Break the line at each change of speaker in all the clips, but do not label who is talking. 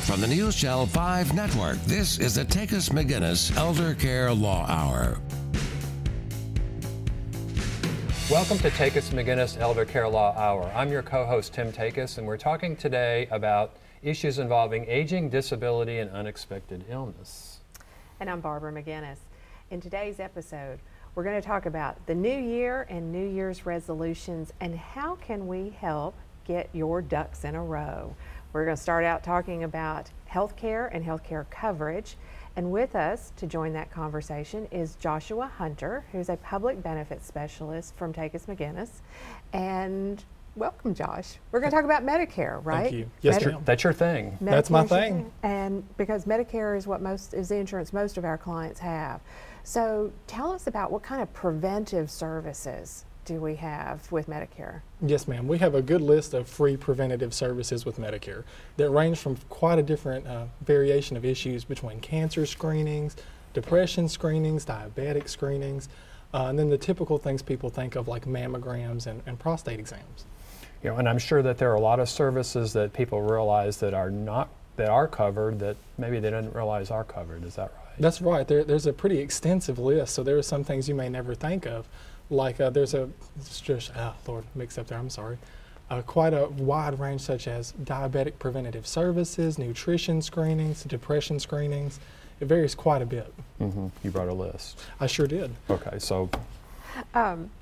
From the News Channel 5 Network, this is the Takus McGinnis Elder Care Law Hour.
Welcome to Takus McGinnis Elder Care Law Hour. I'm your co host, Tim Takus, and we're talking today about issues involving aging, disability, and unexpected illness.
And I'm Barbara McGinnis. In today's episode, we're going to talk about the new year and New Year's resolutions and how can we help get your ducks in a row. We're going to start out talking about healthcare and healthcare coverage. And with us to join that conversation is Joshua Hunter, who's a public benefits specialist from Takus McGinnis. And welcome, Josh. We're going to talk about Medicare, right?
Thank you. Yes, ma'am.
That's your thing.
That's my
Medicare's your
thing.
And because Medicare is what most is the insurance most of our clients have. So tell us about what kind of preventive services do we have with Medicare?
Yes, ma'am. We have a good list of free preventative services with Medicare that range from quite a different uh, variation of issues between cancer screenings, depression screenings, diabetic screenings, uh, and then the typical things people think of like mammograms and, and prostate exams.
You know, and I'm sure that there are a lot of services that people realize that are not that are covered that maybe they didn't realize are covered. Is that right?
That's right. There, there's a pretty extensive list, so there are some things you may never think of. Like uh, there's a, it's just, ah, Lord, mixed up there, I'm sorry. Uh, quite a wide range, such as diabetic preventative services, nutrition screenings, depression screenings. It varies quite a bit.
You brought a list.
I sure did.
Okay, so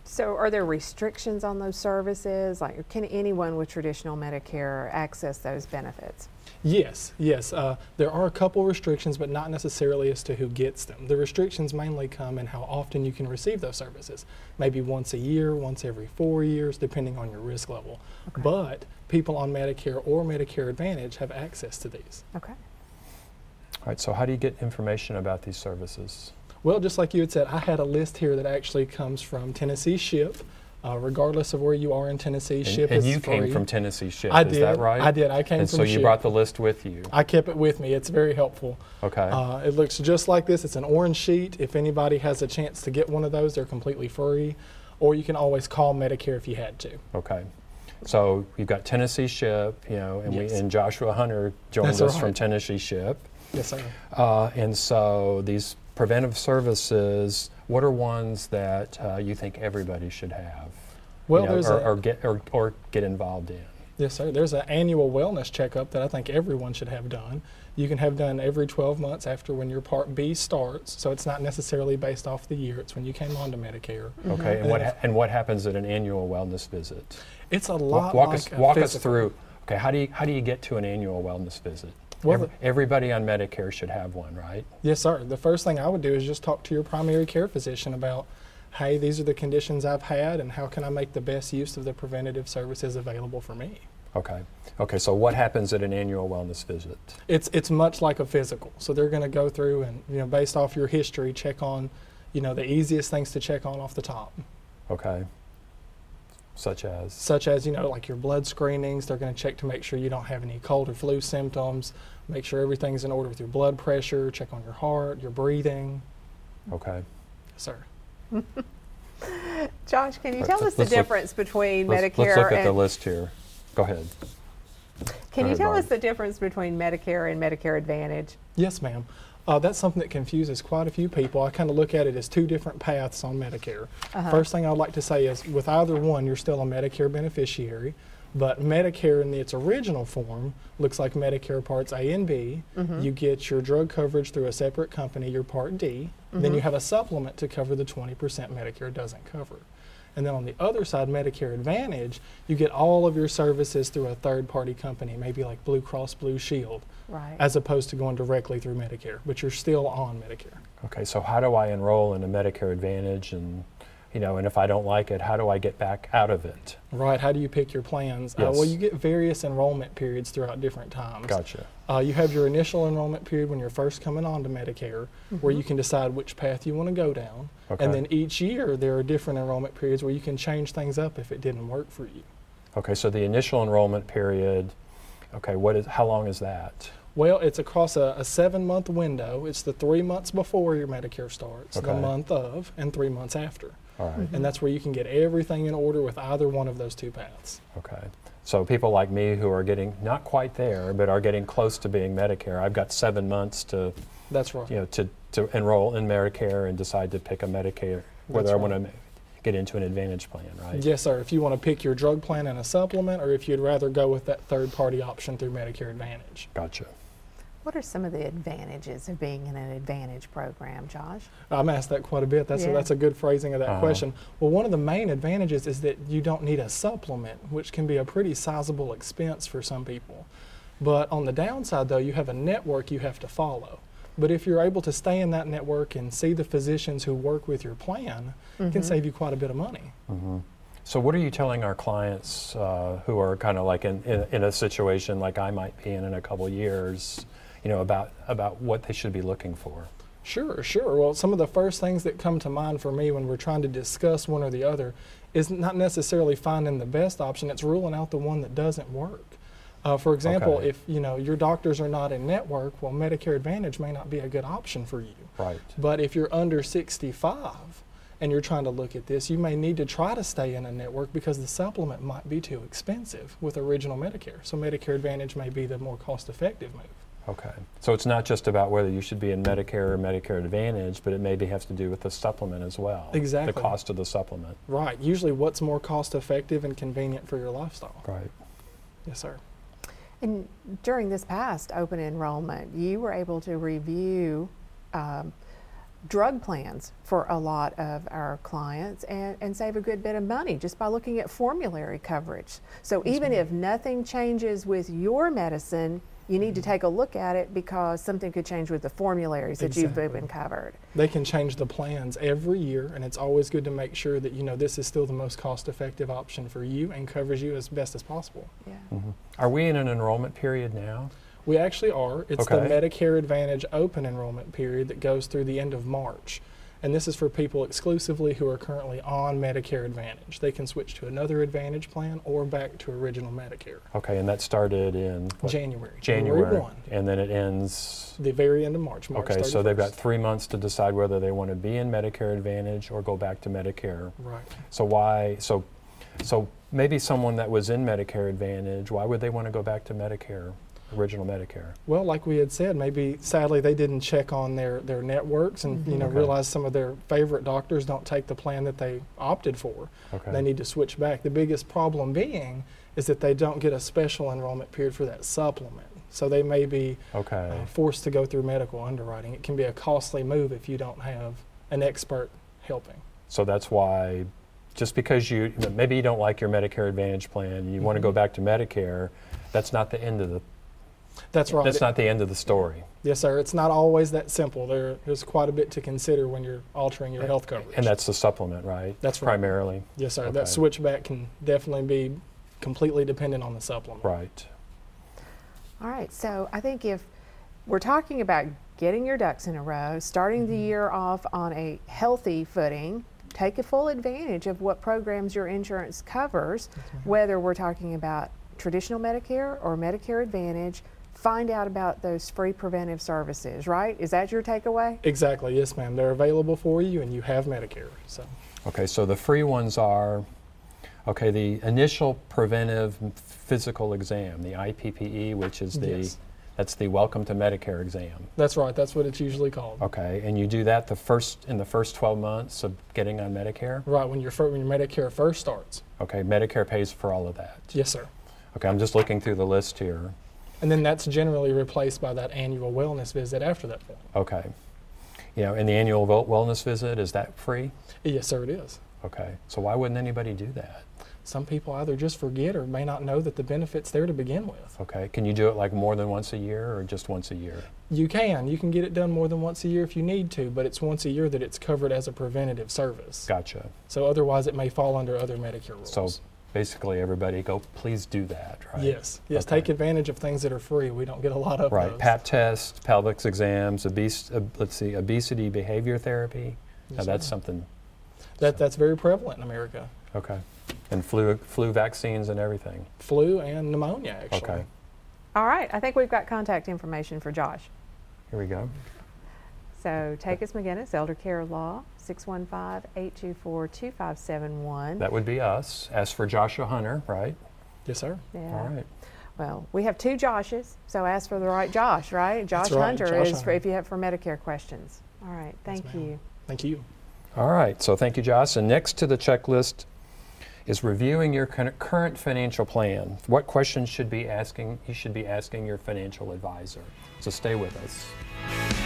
So are there restrictions on those services? Like can anyone with traditional Medicare access those benefits?
Yes, yes. Uh, there are a couple restrictions, but not necessarily as to who gets them. The restrictions mainly come in how often you can receive those services. Maybe once a year, once every four years, depending on your risk level. But people on Medicare or Medicare Advantage have access to these.
Okay.
all right, so how do you get information about these services?
Well, just like you had said, I had a list here that actually comes from Tennessee SHIP. Uh, regardless of where you are in Tennessee,
And,
SHIP
and
is
you came
free.
from Tennessee Ship,
I
is that
did.
right?
I did. I came
and
from
so you
SHIP.
brought the list with you.
I kept it with me. It's very helpful.
Okay.
Uh, it looks just like this. It's an orange sheet. If anybody has a chance to get one of those, they're completely free. Or you can always call Medicare if you had to.
Okay. So you've got Tennessee Ship, you know, and we
Yes.
and Joshua Hunter joined
That's
us
right.
from Tennessee Ship,
Yes, sir.
uh, and so these preventive services. What are ones that uh, you think everybody should have? you
Well,
know,
there's
or,
a-
or get or, or get involved in.
Yes, sir. There's an annual wellness checkup that I think everyone should have done. You can have done every 12 months after when your Part B starts, so it's not necessarily based off the year. It's when you came onto Medicare.
Okay, and what ha- and what happens at an annual wellness visit?
It's a
Wa-
lot
Walk
like
us
a
walk us
physical.
through. Okay, how do you how do you get to an annual wellness visit?
Well,
Ev- everybody on Medicare should have one, right?
Yes, sir. The first thing I would do is just talk to your primary care physician about, hey, these are the conditions I've had, and how can I make the best use of the preventative services available for me?
Okay. Okay, so what happens at an annual wellness visit?
It's it's much like a physical, so they're going to go through and you know based off your history, check on, you know, the easiest things to check on off the top,
Okay. Such as
such as you know like your blood screenings. They're going to check to make sure you don't have any cold or flu symptoms, make sure everything's in order with your blood pressure, check on your heart, your breathing.
Okay.
Yes, sir.
Josh, can you
Let's-
tell us the
let's look-
difference between
Let's,
Medicare
let's look at the
and
list here. Go ahead.
Can
Go
you
ahead,
tell
Barb.
us the difference between Medicare and Medicare Advantage?
Yes, ma'am. Uh, that's something that confuses quite a few people. I kind of look at it as two different paths on Medicare. First thing I'd like to say is with either one, you're still a Medicare beneficiary, but Medicare in its original form looks like Medicare Parts A and B. You get your drug coverage through a separate company, your Part D. Then you have a supplement to cover the 20% Medicare doesn't cover. And then on the other side, Medicare Advantage, you get all of your services through a third party company, maybe like Blue Cross Blue Shield
Right.
as opposed to going directly through Medicare, but you're still on Medicare.
Okay, so how do I enroll in a Medicare Advantage and you know, and if I don't like it, how do I get back out of it?
Right, how do you pick your plans? Uh, well,
Yes.
you get various enrollment periods throughout different times.
Gotcha.
Uh, you have your initial enrollment period when you're first coming on to Medicare, where you can decide which path you want to go down.
Okay.
And then each year, there are different enrollment periods where you can change things up if it didn't work for you.
Okay, so the initial enrollment period, okay, what is how long is that?
Well, it's across a, a seven month window. It's the three months before your Medicare starts, the
Okay.
month of, and three months after.
All right,
And that's where you can get everything in order with either one of those two paths.
Okay. So people like me who are getting not quite there, but are getting close to being Medicare. I've got seven months to,
That's right.
you know, to, to enroll in Medicare and decide to pick a Medicare whether
That's
I want
right.
to get into an Advantage plan, right?
Yes, sir. If you want to pick your drug plan and a supplement, or if you'd rather go with that third party option through Medicare Advantage.
Gotcha.
What are some of the advantages of being in an advantage program, Josh?
I'm asked that quite a bit. That's,
Yeah.
a, that's a good phrasing of that
Uh-huh.
question. Well, one of the main advantages is that you don't need a supplement, which can be a pretty sizable expense for some people. But on the downside, though, you have a network you have to follow. But if you're able to stay in that network and see the physicians who work with your plan, it can save you quite a bit of money.
So, what are you telling our clients uh, who are kind of like in, in, in a situation like I might be in in a couple of years, you know, about about what they should be looking for?
Sure, sure. Well, some of the first things that come to mind for me when we're trying to discuss one or the other is not necessarily finding the best option, it's ruling out the one that doesn't work. Uh, for example,
Okay.
if you know your doctors are not in network, well, Medicare Advantage may not be a good option for you.
Right.
But if you're under 65 and you're trying to look at this, you may need to try to stay in a network because the supplement might be too expensive with original Medicare. So Medicare Advantage may be the more cost-effective move.
Okay. So it's not just about whether you should be in Medicare or Medicare Advantage, but it maybe has to do with the supplement as well.
Exactly.
The cost of the supplement.
Right. Usually, what's more cost-effective and convenient for your lifestyle.
Right.
Yes, sir.
And during this past open enrollment, you were able to review um, drug plans for a lot of our clients and, and save a good bit of money just by looking at formulary coverage. So even if nothing changes with your medicine, you need to take a look at it because something could change with the formularies that you've
Exactly.
been covered.
They can change the plans every year, and it's always good to make sure that you know this is still the most cost-effective option for you and covers you as best as possible.
Yeah.
Are we in an enrollment period now?
We actually are. It's
Okay.
the Medicare Advantage open enrollment period that goes through the end of March. And this is for people exclusively who are currently on Medicare Advantage. They can switch to another Advantage plan or back to original Medicare.
Okay, and that started in what?
January.
January,
1.
and then it ends.
The very end of March. March
Okay, so they've got
31st.
three months to decide whether they want to be in Medicare Advantage or go back to Medicare.
Right.
So why? So, so maybe someone that was in Medicare Advantage, why would they want to go back to Medicare, original Medicare?
Well, like we had said, maybe sadly they didn't check on their, their networks and you
Mm-hmm.
know
Okay.
realize some of their favorite doctors don't take the plan that they opted for.
Okay.
They need to switch back. The biggest problem being is that they don't get a special enrollment period for that supplement. So they may be
okay.
uh, forced to go through medical underwriting. It can be a costly move if you don't have an expert helping.
So that's why, just because you maybe you don't like your Medicare Advantage plan, and you want
Mm-hmm.
to go back to Medicare, that's not the end of the
That's right.
that's not the end of the story.
yes, sir. It's not always that simple. There, there's quite a bit to consider when you're altering your health coverage.
And that's the supplement, right?
That's right.
primarily
Yes, sir.
Okay.
That switchback can definitely be completely dependent on the supplement.
right.
All right, so I think if we're talking about getting your ducks in a row, starting
Mm-hmm.
the year off on a healthy footing, take a full advantage of what programs your insurance covers, whether we're talking about traditional Medicare or Medicare Advantage, find out about those free preventive services, right? Is that your takeaway?
Exactly. Yes, ma'am. They're available for you, and you have Medicare. So.
Okay, so the free ones are okay, the initial preventive physical exam, the IPPE, E, which is the
Yes.
that's the welcome to Medicare exam.
That's right. That's what it's usually called.
Okay, and you do that the first in the first 12 months of getting on Medicare.
Right when your fir- when your Medicare first starts.
Okay, Medicare pays for all of that.
Yes, sir.
Okay, I'm just looking through the list here.
And then that's generally replaced by that annual wellness visit after that point.
Okay. You know, and the annual wel- wellness visit, is that free?
Yes, sir. It is.
Okay. So why wouldn't anybody do that?
Some people either just forget or may not know that the benefits there to begin with.
Okay. Can you do it like more than once a year or just once a year?
You can. You can get it done more than once a year if you need to, but it's once a year that it's covered as a preventative service.
Gotcha.
So otherwise, it may fall under other Medicare rules.
So basically everybody go please do that, right?
Yes, yes.
Okay.
Take advantage of things that are free. We don't get a lot of
Right.
those.
Pap tests, pelvic exams, obese, uh, let's see, obesity behavior therapy. now
Yes,
that's
ma'am.
something.
That, that's very prevalent in America.
Okay. And flu flu vaccines and everything.
Flu and pneumonia, actually.
Okay.
All right, I think we've got contact information for Josh.
Here we go.
So take us McGinnis, Elder Care Law, 615 824 2571.
That would be us. As for Joshua Hunter, right?
Yes, sir.
Yeah.
All right.
Well, we have two Joshes, so ask for the right Josh, right? Josh
right,
Hunter
Josh
is for
Hunter.
if you have for Medicare questions. All right. Thank
ma'am.
you.
Thank you.
All right. So thank you, Josh. And next to the checklist is reviewing your cur- current financial plan. What questions should be asking you should be asking your financial advisor. So stay with us.